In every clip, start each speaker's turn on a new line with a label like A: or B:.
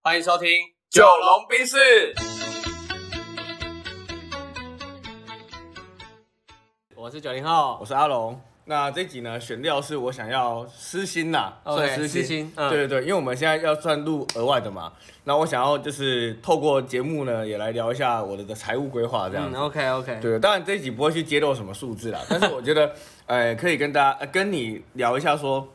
A: 欢迎收听《
B: 九龙冰室，
A: 我是九零后
B: 我，是阿龙。那这集呢，选料是我想要私心啦，
A: OK，
B: 算私
A: 私心嗯
B: 对对对，因为我们现在要算录额外的嘛，那我想要就是透过节目呢，也来聊一下我的的财务规划这样
A: 嗯
B: 子。
A: ，OK OK，
B: 对，当然这一集不会去揭露什么数 字啦，但是我觉得，呃，可以跟大家、呃跟你聊一下说，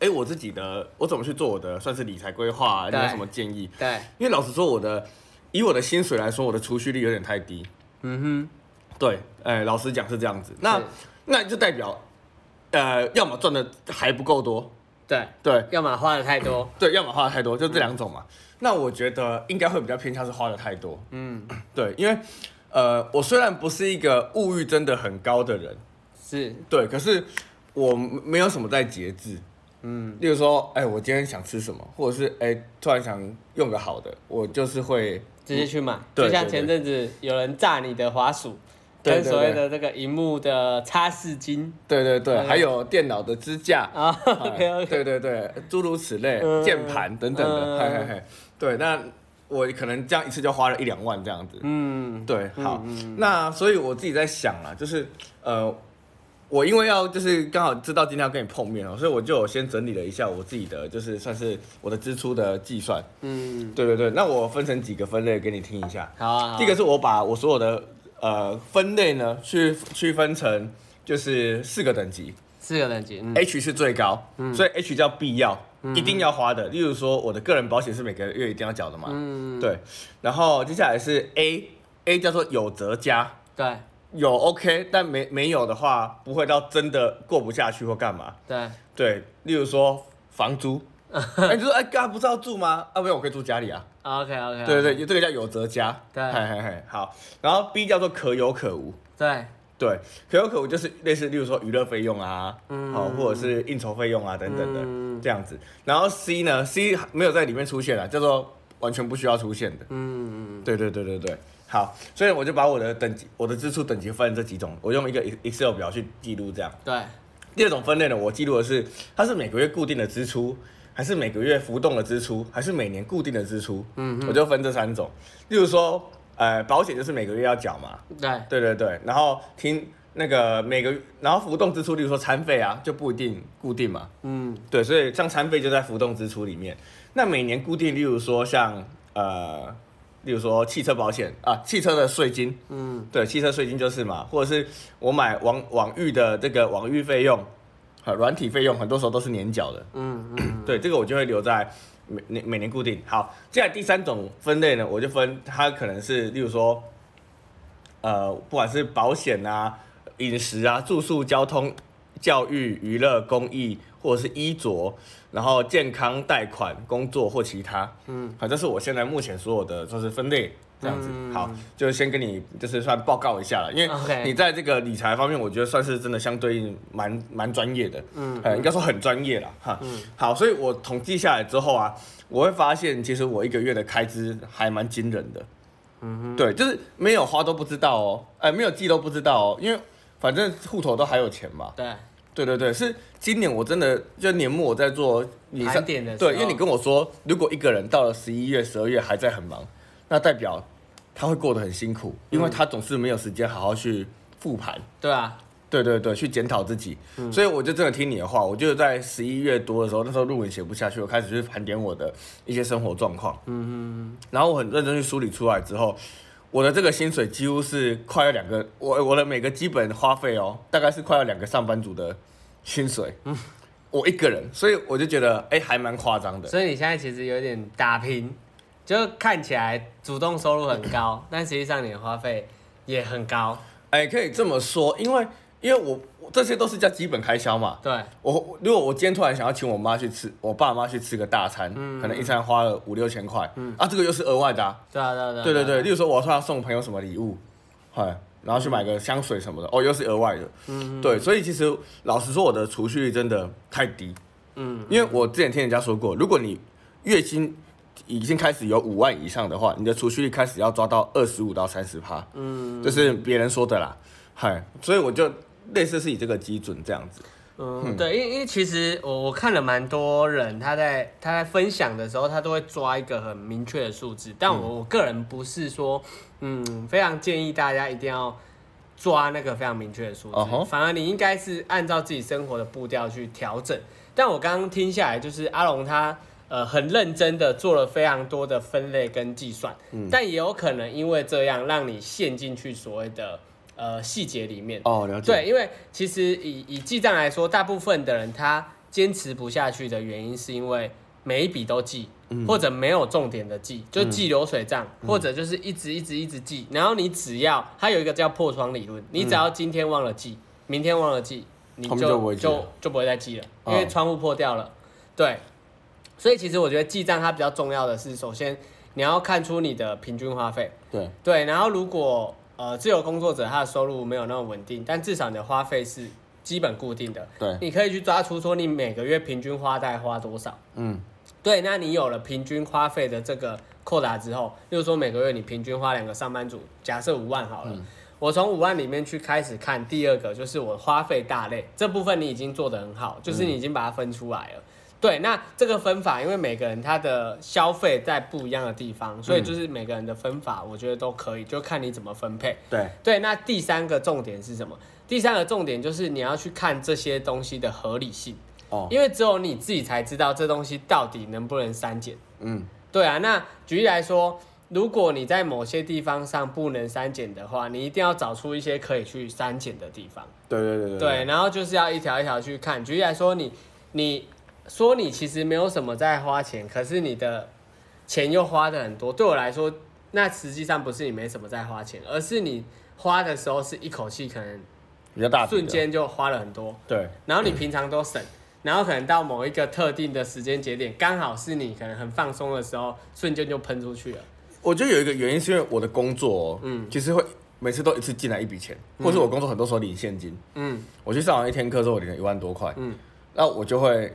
B: 哎、我自己的我怎么去做我的算是理财规划、啊，你有
A: 对
B: 什么建议？
A: 对，
B: 因为老实说，我的以我的薪水来说，我的储蓄率有点太低。
A: 嗯
B: 对，哎、老实讲是这样子。那
A: 是
B: 那就代表，呃，要么赚的还不够多，
A: 哼，对，
B: 对
A: 要么花的太多，
B: 对，要么花的太多，就这两种嘛。那我觉得应该会比较偏向是花的太多，
A: 嗯，
B: 对，因为呃，我虽然不是一个物欲真的很高的人，
A: 是，
B: 对，可是我没有什么在节制。
A: 嗯，
B: 例如说，哎、我今天想吃什么，或者是哎、突然想用个好的，我就是会
A: 直接去买，
B: 嗯对
A: 就像
B: 对
A: 前阵子有人炸你的滑鼠，
B: 对
A: 跟
B: 对
A: 所谓的这个荧幕的擦拭巾
B: 对对对，
A: 嗯
B: 还有电脑的支架
A: 啊，OK
B: 哎
A: OK，
B: 对对对，诸如此类
A: 嗯，
B: 键盘等等
A: 嗯
B: 的，嘿嘿嘿，对，那我可能这样一次就花了一两万这样子，
A: 嗯，
B: 对，好，那所以我自己在想啦，就是呃，我因为要就是刚好知道今天要跟你碰面哦，所以我就有先整理了一下我自己的，就是算是我的支出的计算，
A: 嗯，
B: 对对对，那我分成几个分类给你听一下，
A: 好啊，好啊
B: 第一个是我把我所有的呃分类呢去区分成就是四个等级，
A: 四个等级，嗯
B: H 是最高，所以 H 叫必要，一定要花的。例如说，我的个人保险是每个月一定要缴的嘛，
A: 嗯，
B: 对。然后接下来是 A，A 叫做有则加，
A: 对
B: 有 OK，但没没有的话，不会到真的过不下去或干嘛。
A: 对，
B: 对，例如说 房租，哎、你就说哎，刚、不是要住吗？啊，没有，我可以住家里啊。
A: OK OK，
B: 对对对，这个叫有则加，
A: 嗯对
B: 嘿嘿嘿，好。然后 B 叫做可有可无，
A: 对，
B: 对，可有可无就是类似，例如说娱乐费用啊，好、或者是应酬费用啊等等的、
A: 嗯
B: 这样子。然后 C 呢，C 没有在里面出现了，啊叫做完全不需要出现的。
A: 嗯，
B: 对对对对对，好，所以我就把我的等级、我的支出等级分成这几种，我用一个 Excel 表去记录这样。
A: 对，
B: 第二种分类呢，我记录的是它是每个月固定的支出，还是每个月浮动的支出，还是每年固定的支出？嗯，我就分这三种。例如说，呃，保险就是每个月要缴嘛，
A: 对，
B: 对对对，然后听那个每个，然后浮动支出，例如说餐费啊，就不一定固定嘛。
A: 嗯，
B: 对，所以像餐费就在浮动支出里面。那每年固定，例如说像呃，例如说汽车保险啊，汽车的税金，
A: 嗯，
B: 对，汽车税金就是嘛，或者是我买网网域的这个网域费用，和软体费用，很多时候都是年缴的。
A: 嗯嗯，
B: 对，这个我就会留在每年每年固定。好，接下来第三种分类呢，我就分它可能是，例如说，呃，不管是保险啊、饮食啊、住宿、交通、教育、娱乐、公益，或者是衣着，然后健康、贷款、工作或其他。嗯，好，这是我现在目前所有的就是分类。这样子，好，就是先跟你就是算报告一下了，因为
A: OK
B: 你在这个理财方面，我觉得算是真的相对应蛮蛮专业的，嗯，呃，应该说很专业了哈。好，所以我统计下来之后啊，我会发现其实我一个月的开支还蛮惊人的，嗯，对，就是没有花都不知道哦，哎、没有记都不知道哦，因为反正户头都还有钱嘛。
A: 对，
B: 对对对，是今年我真的就年末我在做你
A: 盘点的时候
B: 对，因为你跟我说，如果一个人到了十一月、十二月还在很忙，那代表他会过得很辛苦，因为他总是没有时间好好去复盘。
A: 对啊，
B: 对对对，去检讨自己。所以我就真的听你的话，我就在十一月多的时候，那时候论文写不下去，我开始去盘点我的一些生活状况。嗯嗯。然后我很认真去梳理出来之后，我的这个薪水几乎是快要两个，我我的每个基本花费哦，大概是快要两个上班族的薪水。嗯。我一个人，所以我就觉得，哎、还蛮夸张的。
A: 所以你现在其实有点打平，就看起来主动收入很高，但实际上你的花费也很高。
B: 哎、可以这么说，因为因为我我这些都是叫基本开销嘛。
A: 对，
B: 我如果我今天突然想要请我妈去吃，我爸妈去吃个大餐，
A: 嗯
B: 可能一餐花了五六千块，啊，这个又是额外的、啊，
A: 对啊，对啊，对啊
B: 对对对，，例如说我突然送朋友什么礼物，哎，然后去买个香水什么的，哦，又是额外的，
A: 嗯
B: 对，所以其实老实说，我的储蓄率真的太低，
A: 嗯，
B: 因为我之前听人家说过，如果你月薪已经开始有五万以上的话，你的储蓄率开始要抓到二十五到三十趴，嗯，这是别人说的啦，嗨，所以我就类似是以这个基准这样子，
A: 嗯，对，因为因为其实我我看了蛮多人，他在他在分享的时候，他都会抓一个很明确的数字，但
B: 嗯
A: 我我个人不是说，嗯，非常建议大家一定要抓那个非常明确的数字
B: 哦吼
A: 反而你应该是按照自己生活的步调去调整。但我刚刚听下来，就是阿龙他呃很认真的做了非常多的分类跟计算，
B: 嗯
A: 但也有可能因为这样让你陷进去所谓的呃细节里面。
B: 哦，了解。
A: 对，因为其实以以记账来说，大部分的人他坚持不下去的原因，是因为每一笔都记，
B: 嗯
A: 或者没有重点的记，就记流水账，或者就是一直一直一直记。然后你只要它有一个叫破窗理论，你只要今天忘了记，明天忘了记，你
B: 后面嗯就不
A: 就
B: 会记
A: 就
B: 了
A: 就不会再记了，
B: 哦
A: 因为窗户破掉了。对，所以其实我觉得记账它比较重要的是，首先你要看出你的平均花费。
B: 对
A: 对，然后如果呃自由工作者他的收入没有那么稳定，但至少你的花费是基本固定的，
B: 对，
A: 你可以去抓出说你每个月平均花在花多少。
B: 嗯，
A: 对，那你有了平均花费的这个扣打之后，例如说每个月你平均花两个上班族，假设五万好了，我从五万里面去开始看第二个，就是我花费大类这部分你已经做得很好，就是你已经把它分出来了。对，那这个分法，因为每个人他的消费在不一样的地方，所以就是每个人的分法，我觉得都可以，就看你怎么分配。
B: 对，
A: 对，那第三个重点是什么？第三个重点就是你要去看这些东西的合理性，
B: 哦，
A: 因为只有你自己才知道这东西到底能不能删减。
B: 嗯，
A: 对啊，那举例来说，如果你在某些地方上不能删减的话，你一定要找出一些可以去删减的地方。
B: 对对对对
A: 对，，然后就是要一条一条去看。举例来说，你你说你其实没有什么在花钱，可是你的钱又花的很多。对我来说，那实际上不是你没什么在花钱，而是你花的时候是一口气，可能
B: 比较大笔的
A: 瞬，间就花了很多，
B: 对
A: 然后你平常都省。然后可能到某一个特定的时间节点，刚好是你可能很放松的时候，瞬间就喷出去了。
B: 我觉得有一个原因是因为我的工作、哦，嗯，其实会每次都一次进来一笔钱，或是我工作很多时候领现金，
A: 嗯，
B: 我去上完一天课之后，我领了一万多块，嗯，那我就会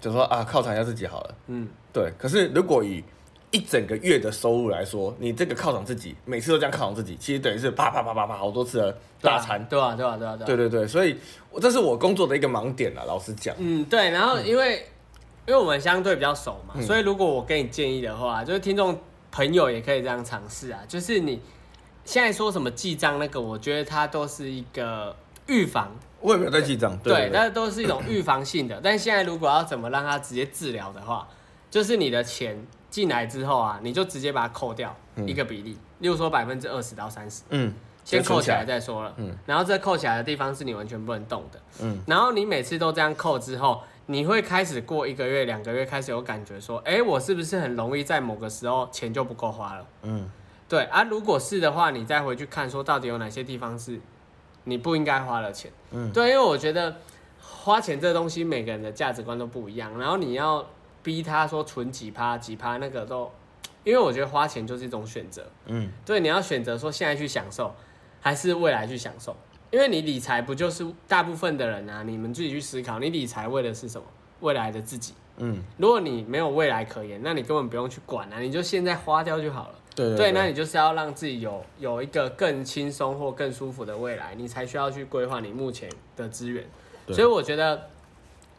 B: 就说啊，犒赏一下自己好了，
A: 嗯，
B: 对。可是如果以一整个月的收入来说，你这个犒赏自己，每次都这样犒赏自己，其实等于是啪啪啪啪啪好多次的
A: 对啊
B: 大餐，
A: 对啊，对啊，对啊，对啊。
B: 对对对，所以我这是我工作的一个盲点啦，啊老实讲，
A: 嗯，对，然后因为、因为我们相对比较熟嘛，
B: 嗯
A: 所以如果我给你建议的话，就是听众朋友也可以这样尝试啊，就是你现在说什么记账那个，我觉得它都是一个预防，
B: 我也没有在记账，对
A: 对，
B: 对对
A: 那都是一种预防性的。但 现在如果要怎么让它直接治疗的话，就是你的钱进来之后啊，你就直接把它扣掉一个比例，例如说百分之二十到三十。
B: 嗯，
A: 先扣起来
B: 的，
A: 再说了。
B: 嗯
A: 然后这扣起来的地方是你完全不能动的。
B: 嗯，
A: 然后你每次都这样扣之后，你会开始过一个月、两个月开始有感觉说，哎，我是不是很容易在某个时候钱就不够花了？
B: 嗯，
A: 对啊，如果是的话，你再回去看说到底有哪些地方是你不应该花了钱。
B: 嗯，
A: 对，因为我觉得花钱这东西每个人的价值观都不一样，然后你要逼他说存几趴几趴那个都，因为我觉得花钱就是一种选择。
B: 嗯，
A: 对，你要选择说现在去享受，还是未来去享受？因为你理财不就是大部分的人啊，你们自己去思考，你理财为的是什么？未来的自己。
B: 嗯，
A: 如果你没有未来可言，那你根本不用去管啊，你就现在花掉就好了。
B: 对对
A: 对，那你就是要让自己有有一个更轻松或更舒服的未来，你才需要去规划你目前的资源。
B: 对
A: 所以我觉得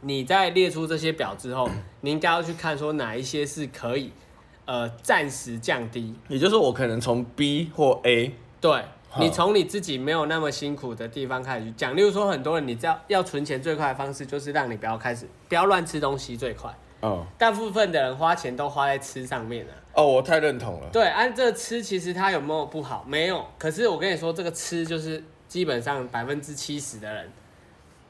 A: 你在列出这些表之后，你应该要去看说哪一些是可以呃暂时降低，
B: 也就是说我可能从 B 或 A
A: 对
B: 好
A: 你从你自己没有那么辛苦的地方开始去讲，例如说很多人，你知道要存钱最快的方式就是让你不要开始不要乱吃东西最快。
B: 哦
A: 大部分的人花钱都花在吃上面了、啊，
B: 哦，我太认同了。
A: 对，按、这吃其实它有没有不好？没有，可是我跟你说，这个吃就是基本上百分之七十的人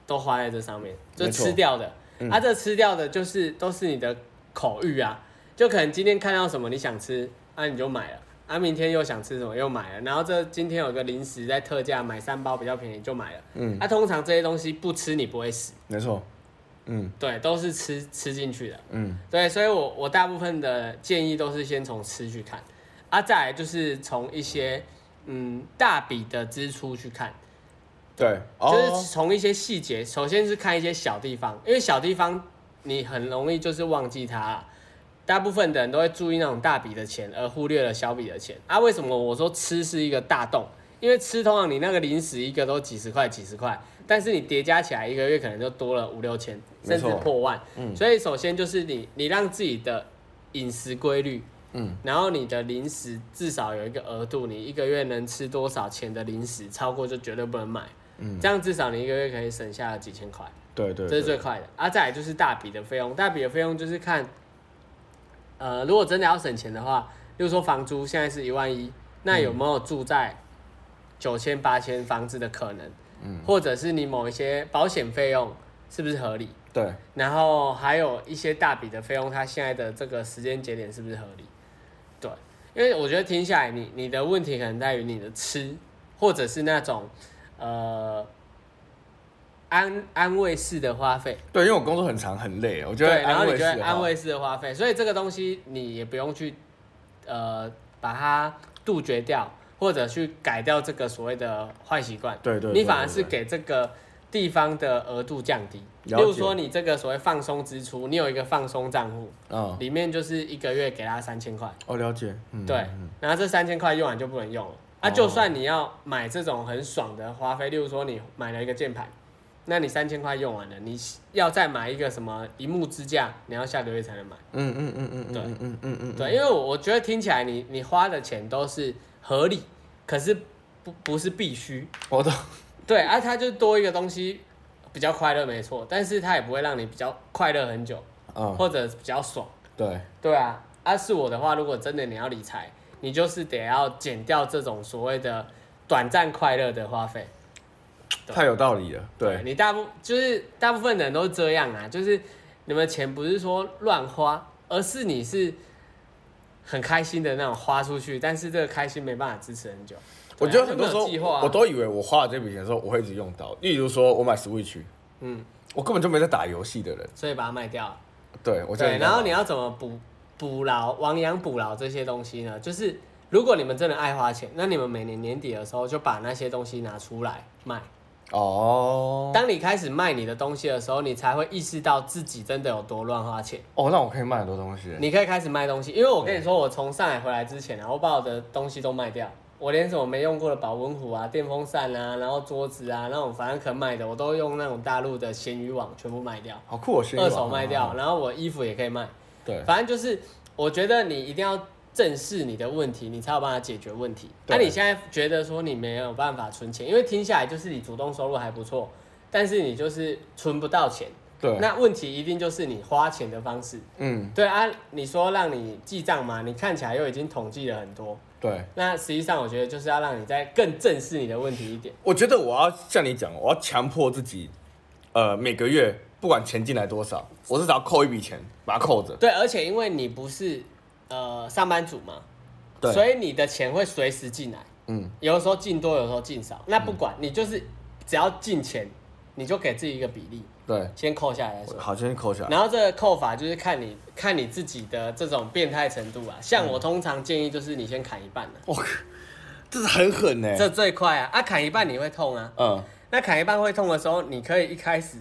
A: 都花在这上面，就
B: 没错嗯
A: 吃掉的。啊，这吃掉的就是都是你的口欲啊，就可能今天看到什么你想吃，啊你就买了，啊明天又想吃什么又买了，然后这今天有个零食在特价买三包比较便宜就买了，嗯，啊通常这些东西不吃你不会死，
B: 没错，嗯
A: 对，都是吃吃进去的，
B: 嗯，
A: 对，所以我我大部分的建议都是先从吃去看，啊，再来就是从一些嗯大笔的支出去看，
B: 对，
A: 就是
B: 哦，
A: 从一些细节，首先是看一些小地方，因为小地方你很容易就是忘记它啊、大部分的人都会注意那种大笔的钱，而忽略了小笔的钱。啊，为什么我说吃是一个大洞？因为吃通常你那个零食一个都几十块几十块，但是你叠加起来一个月可能就多了五六千，
B: 没
A: 甚
B: 错嗯
A: 至破万。所以首先就是你你让自己的饮食规律，
B: 嗯，
A: 然后你的零食至少有一个额度，你一个月能吃多少钱的零食，超过就绝对不能买。嗯，这样至少你一个月可以省下几千块。
B: 对对
A: 这
B: 对
A: 是最快的。啊，再来就是大笔的费用，大笔的费用就是看，呃，如果真的要省钱的话，例如说房租现在是一万一，那
B: 嗯
A: 有没有住在九千八千房子的可能？嗯，或者是你某一些保险费用是不是合理？
B: 对，
A: 然后还有一些大笔的费用，它现在的这个时间节点是不是合理？对，因为我觉得听下来你，你的问题可能在于你的吃，或者是那种呃安安慰式的花费，
B: 对，因为我工作很长很累，我觉得
A: 对，然后你
B: 慰
A: 觉
B: 是
A: 得
B: 好
A: 安慰式的花费，所以这个东西你也不用去呃把它杜绝掉，或者去改掉这个所谓的坏习惯，
B: 对对对
A: 你反而是
B: 对对
A: 给这个地方的额度降低。例
B: 了解
A: 如说，你这个所谓放松支出，你有一个放松账户，
B: 嗯，
A: 里面就是一个月给他三千块，
B: 哦了解，嗯，
A: 对，然后这三千块用完就不能用了。啊，
B: 哦
A: 就算你要买这种很爽的花费，例如说你买了一个键盘，那你三千块用完了，你要再买一个什么荧幕支架，你要下个月才能买。
B: 嗯嗯嗯嗯嗯
A: 对
B: 嗯嗯嗯嗯
A: 对，因为我我觉得听起来你你花的钱都是合理，可是不不是必须。
B: 嗯，我懂，
A: 对啊，它就多一个东西比较快乐没错，但是它也不会让你比较快乐很久，
B: 嗯，
A: 或者比较爽。
B: 对，
A: 对啊，啊是我的话，如果真的你要理财，你就是得要减掉这种所谓的短暂快乐的花费。对
B: 太有道理了，对，
A: 你大部就是大部分人都这样啊，就是你们钱不是说乱花，而是你是很开心的那种花出去，但是这个开心没办法支持很久。
B: 我觉得很多时候
A: 对啊就没有计划啊
B: 我都以为我花了这笔钱的时候我会一直用到，例如说我买 Switch，
A: 嗯，
B: 我根本就没在打游戏的人，
A: 所以把它卖掉了。
B: 对我
A: 对，然后你
B: 要
A: 要怎么补补牢、亡羊补牢这些东西呢？就是如果你们真的爱花钱，那你们每年年底的时候就把那些东西拿出来卖。
B: 哦
A: 当你开始卖你的东西的时候，你才会意识到自己真的有多乱花钱。
B: 哦，那我可以卖很多东西，
A: 你可以开始卖东西，因为我跟你说，我从上海回来之前啊，我把我的东西都卖掉，我连什么没用过的保温壶啊、电风扇啊，然后桌子啊，那种反正可卖的，我都用那种大陆的闲鱼网全部卖掉，
B: 好酷哦，先
A: 二手卖掉，，然后我衣服也可以卖，
B: 对，
A: 反正就是我觉得你一定要正视你的问题，你才有办法解决问题。那、
B: 对
A: 你现在觉得说你没有办法存钱，因为听下来就是你主动收入还不错，但是你就是存不到钱，
B: 对，
A: 那问题一定就是你花钱的方式。
B: 嗯，
A: 对啊，你说让你记账嘛，你看起来又已经统计了很多，
B: 对，
A: 那实际上我觉得就是要让你再更正视你的问题一点。
B: 我觉得我要像你讲，我要强迫自己，呃，每个月不管钱进来多少，我至少要扣一笔钱，把它扣着。
A: 对，而且因为你不是呃上班族嘛，
B: 对
A: 所以你的钱会随时进来，
B: 嗯，
A: 有的时候进多，有的时候进少，那不管、你就是只要进钱，你就给自己一个比例，
B: 对，
A: 先扣下来再说。
B: 好，先扣起来。
A: 然后这个扣法就是看你看你自己的这种变态程度啊，像我通常建议就是你先砍一半啊，
B: 我靠，这是很狠呢、
A: 这最快啊，啊砍一半你会痛啊，
B: 嗯，
A: 那砍一半会痛的时候，你可以一开始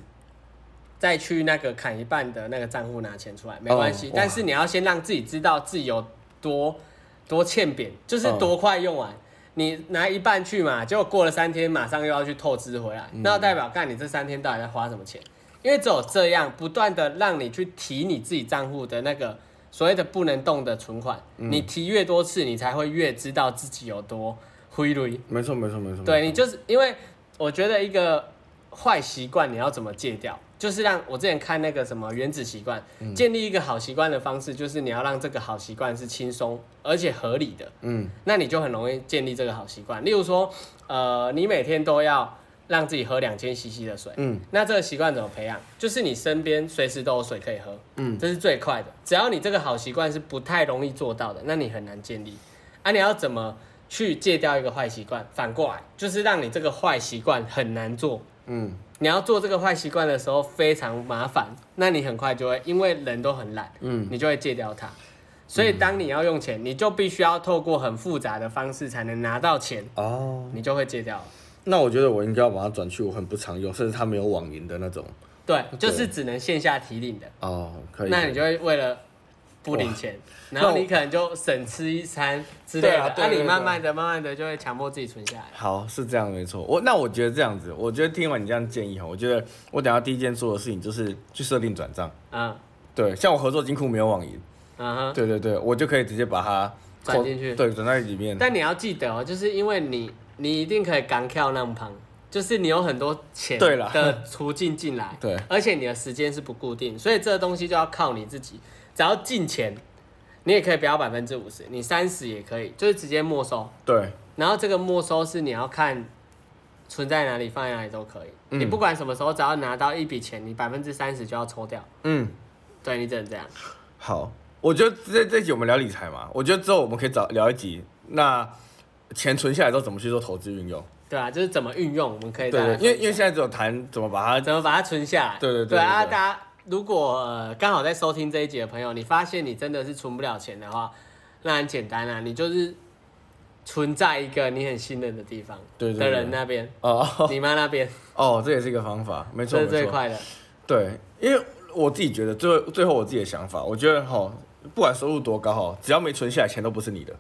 A: 再去那个砍一半的那个账户拿钱出来，没关系。
B: 哇
A: 但是你要先让自己知道自己有多多欠扁，就是多快用完。你拿一半去嘛，结果过了三天，马上又要去透支回来，那代表干你这三天到底在花什么钱？因为只有这样，不断的让你去提你自己账户的那个所谓的不能动的存款，你提越多次，你才会越知道自己有多灰溜。
B: 没错，没错，没错。
A: 对
B: 没
A: 你
B: 错
A: 就是因为我觉得一个坏习惯你要怎么戒掉，就是让我之前看那个什么原子习惯，建立一个好习惯的方式就是你要让这个好习惯是轻松而且合理的，
B: 嗯，
A: 那你就很容易建立这个好习惯。例如说，呃，你每天都要让自己喝两千 CC 的水，
B: 嗯，
A: 那这个习惯怎么培养？就是你身边随时都有水可以喝，
B: 嗯，
A: 这是最快的。只要你这个好习惯是不太容易做到的，那你很难建立。啊，你要怎么去戒掉一个坏习惯？反过来就是让你这个坏习惯很难做。
B: 嗯，
A: 你要做这个坏习惯的时候非常麻烦，那你很快就会，因为人都很懒，嗯，你就会戒掉它。所以当你要用钱，你就必须要透过很复杂的方式才能拿到钱，
B: 哦，
A: 你就会戒掉了。
B: 那我觉得我应该要把它转去我很不常用，甚至它没有网银的那种。
A: 对，就是只能线下提领的，
B: 哦，可以。
A: 那你
B: 可以
A: 就会为了不领钱，然后你可能就省吃一餐之类
B: 对
A: 的，
B: 啊对对
A: 你
B: 对
A: 慢慢的、慢慢的就会强迫自己存下来。
B: 好，是这样没错。我那我觉得这样子，我觉得听完你这样建议哈，我觉得我等一下第一件做的事情就是去设定转账。
A: 嗯
B: 对，像我合作金库没有网银，
A: 嗯哼。
B: 对对对，我就可以直接把它
A: 转
B: 扣
A: 进去
B: 对，转在里面。
A: 但你要记得哦，就是因为你你一定可以干跳浪旁，就是你有很多钱
B: 对啦
A: 的途径进来，
B: 对
A: 而且你的时间是不固定，所以这个东西就要靠你自己。只要进钱，你也可以不要百分之五十，你三十也可以，就是直接没收。
B: 对
A: 然后这个没收是你要看存在哪里、放在哪里都可以，
B: 嗯
A: 你不管什么时候，只要拿到一笔钱，你百分之三十就要抽掉。
B: 嗯，
A: 对你只能这样。
B: 好，我觉得这这集我们聊理财嘛，我觉得之后我们可以找聊一集，那钱存下来之后怎么去做投资运用？
A: 对啊，就是怎么运用，我们可以
B: 对
A: 再来
B: 对，
A: 分
B: 因为
A: 享
B: 因为现在只有谈怎么把它，
A: 怎么把它存下来？
B: 对对对
A: 对啊！
B: 对对
A: 大家如果呃刚、好在收听这一集的朋友，你发现你真的是存不了钱的话，那很简单啊，你就是存在一个你很信任的地方
B: 对对
A: 的
B: 对
A: 人那边，
B: 哦
A: 你妈那边，
B: 哦，这也是一个方法，没错
A: 这是
B: 没错。
A: 最快的。
B: 对，因为我自己觉得最后最后我自己的想法，我觉得哈，不管收入多高哈，只要没存下来，钱都不是你的。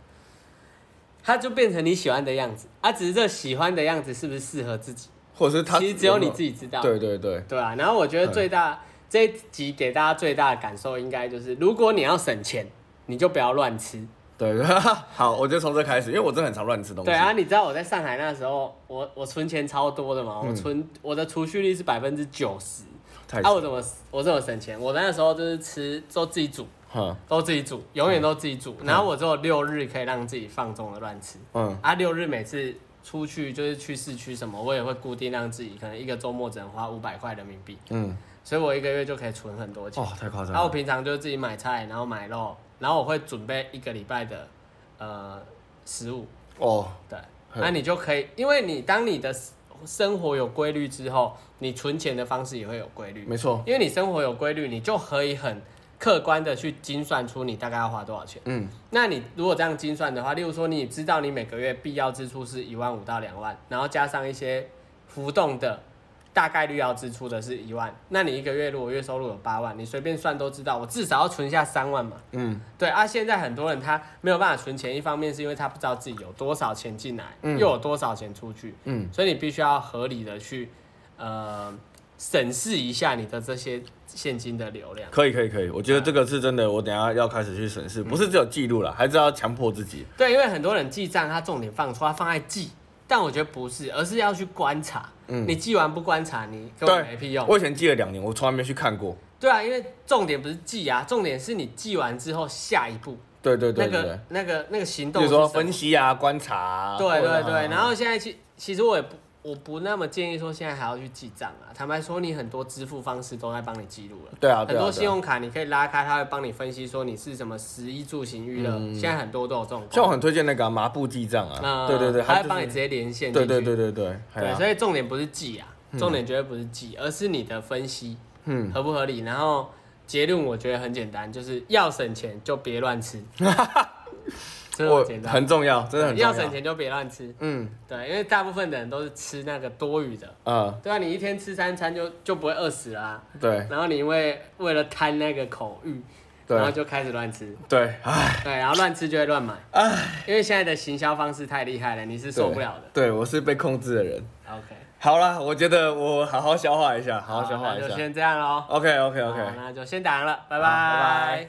A: 它就变成你喜欢的样子，啊，只是这喜欢的样子是不是适合自己？
B: 或者是他
A: 其实只有你自
B: 己
A: 己知道。
B: 对对对，
A: 对啊，然后我觉得
B: 嗯
A: 最大、这一集给大家最大的感受，应该就是如果你要省钱，你就不要乱吃。
B: 对，好，我就从这开始，因为我真的很常乱吃东西。
A: 对啊，，你知道我在上海那时候，我我存钱超多的嘛，我存、我的储蓄率是百分之九十，
B: 嗯太
A: 啊，我怎么我怎么省钱？我那时候就是吃都自己煮，
B: 嗯
A: 都自己煮，永远都自己煮，然后我只有六日可以让自己放纵的乱吃，
B: 嗯
A: 啊，六日每次出去就是去市区什么，我也会固定让自己可能一个周末只能花五百块人民币，
B: 嗯，
A: 所以我一个月就可以存很多钱。啊
B: 哦，太夸张
A: 然后我
B: 了。
A: 平常就自己买菜，然后买肉，然后我会准备一个礼拜的呃食物。
B: 哦，
A: 对，
B: 嘿
A: 那你就可以，因为你当你的 s- 生活有规律之后，你存钱的方式也会有规律。
B: 没错，
A: 因为你生活有规律，你就可以很客观的去精算出你大概要花多少钱。
B: 嗯
A: 那你如果这样精算的话，例如说你知道你每个月必要支出是一万五到两万，然后加上一些浮动的。大概率要支出的是一万，那你一个月如果月收入有八万，你随便算都知道，我至少要存下三万嘛。
B: 嗯
A: 对啊，现在很多人他没有办法存钱，一方面是因为他不知道自己有多少钱进来，又有多少钱出去，
B: 嗯，
A: 所以你必须要合理的去呃审视一下你的这些现金的流量。
B: 可以可以可以，我
A: 啊
B: 觉得这个是真的，我等一下要开始去审视，不是只有记录了，还是要强迫自己。
A: 对，因为很多人记账，他重点放错，他放在记，但我觉得不是，而是要去观察。你记完不观察，你根本没屁用。
B: 嗯我以前记了两年，我从来没去看过。
A: 对啊，因为重点不是记啊，重点是你记完之后下一步
B: 对对对
A: 那
B: 对
A: 个
B: 对，
A: 那个那个行
B: 比
A: 动
B: 如
A: 是
B: 说
A: 什么
B: 分析啊、观察啊。
A: 对对对，然
B: 后
A: 后现在其其实我也不我不那么建议说现在还要去记账啊。坦白说，你很多支付方式都在帮你记录了。
B: 对啊，对啊
A: 很
B: 对啊
A: 多信用卡你可以拉开，它会帮你分析说你是什么食衣住行娱乐，现在很多都有这种功能。
B: 嗯像我很推荐那个啊、麻布记账
A: 那
B: 啊，对对对，
A: 它
B: 它
A: 会嗯帮你直
B: 就
A: 接
B: 是
A: 连线进
B: 对
A: 去。
B: 对对对对，哎
A: 对，
B: 呀
A: 所以重点不是记啊，重点绝对不是记，而是你的分析
B: 嗯，
A: 合不合理。然后结论我觉得很简单，就是要省钱就别乱 吃，这么
B: 我
A: 简单。
B: 很重要，真的很重
A: 要省钱就别乱吃，
B: 嗯
A: 对，因为大部分的人都是吃那个多余的，
B: 啊，
A: 对啊，你一天吃三餐就就不会饿死啦、啊
B: 对
A: 然后你因为为了贪那个口欲，然后
B: 对
A: 就开始乱吃，
B: 对，啊唉
A: 对，然后乱吃就会乱买，
B: 唉，
A: 因为现在的行销方式太厉害了，你是受不了的。
B: 对我是被控制的人。
A: OK，
B: 好啦，我觉得我好好消化一下，好好消化
A: 那
B: 一
A: 就
B: 下。
A: 先这样喽。
B: OK OK OK。
A: 好那就先打烊了，拜
B: 好拜
A: 拜
B: 拜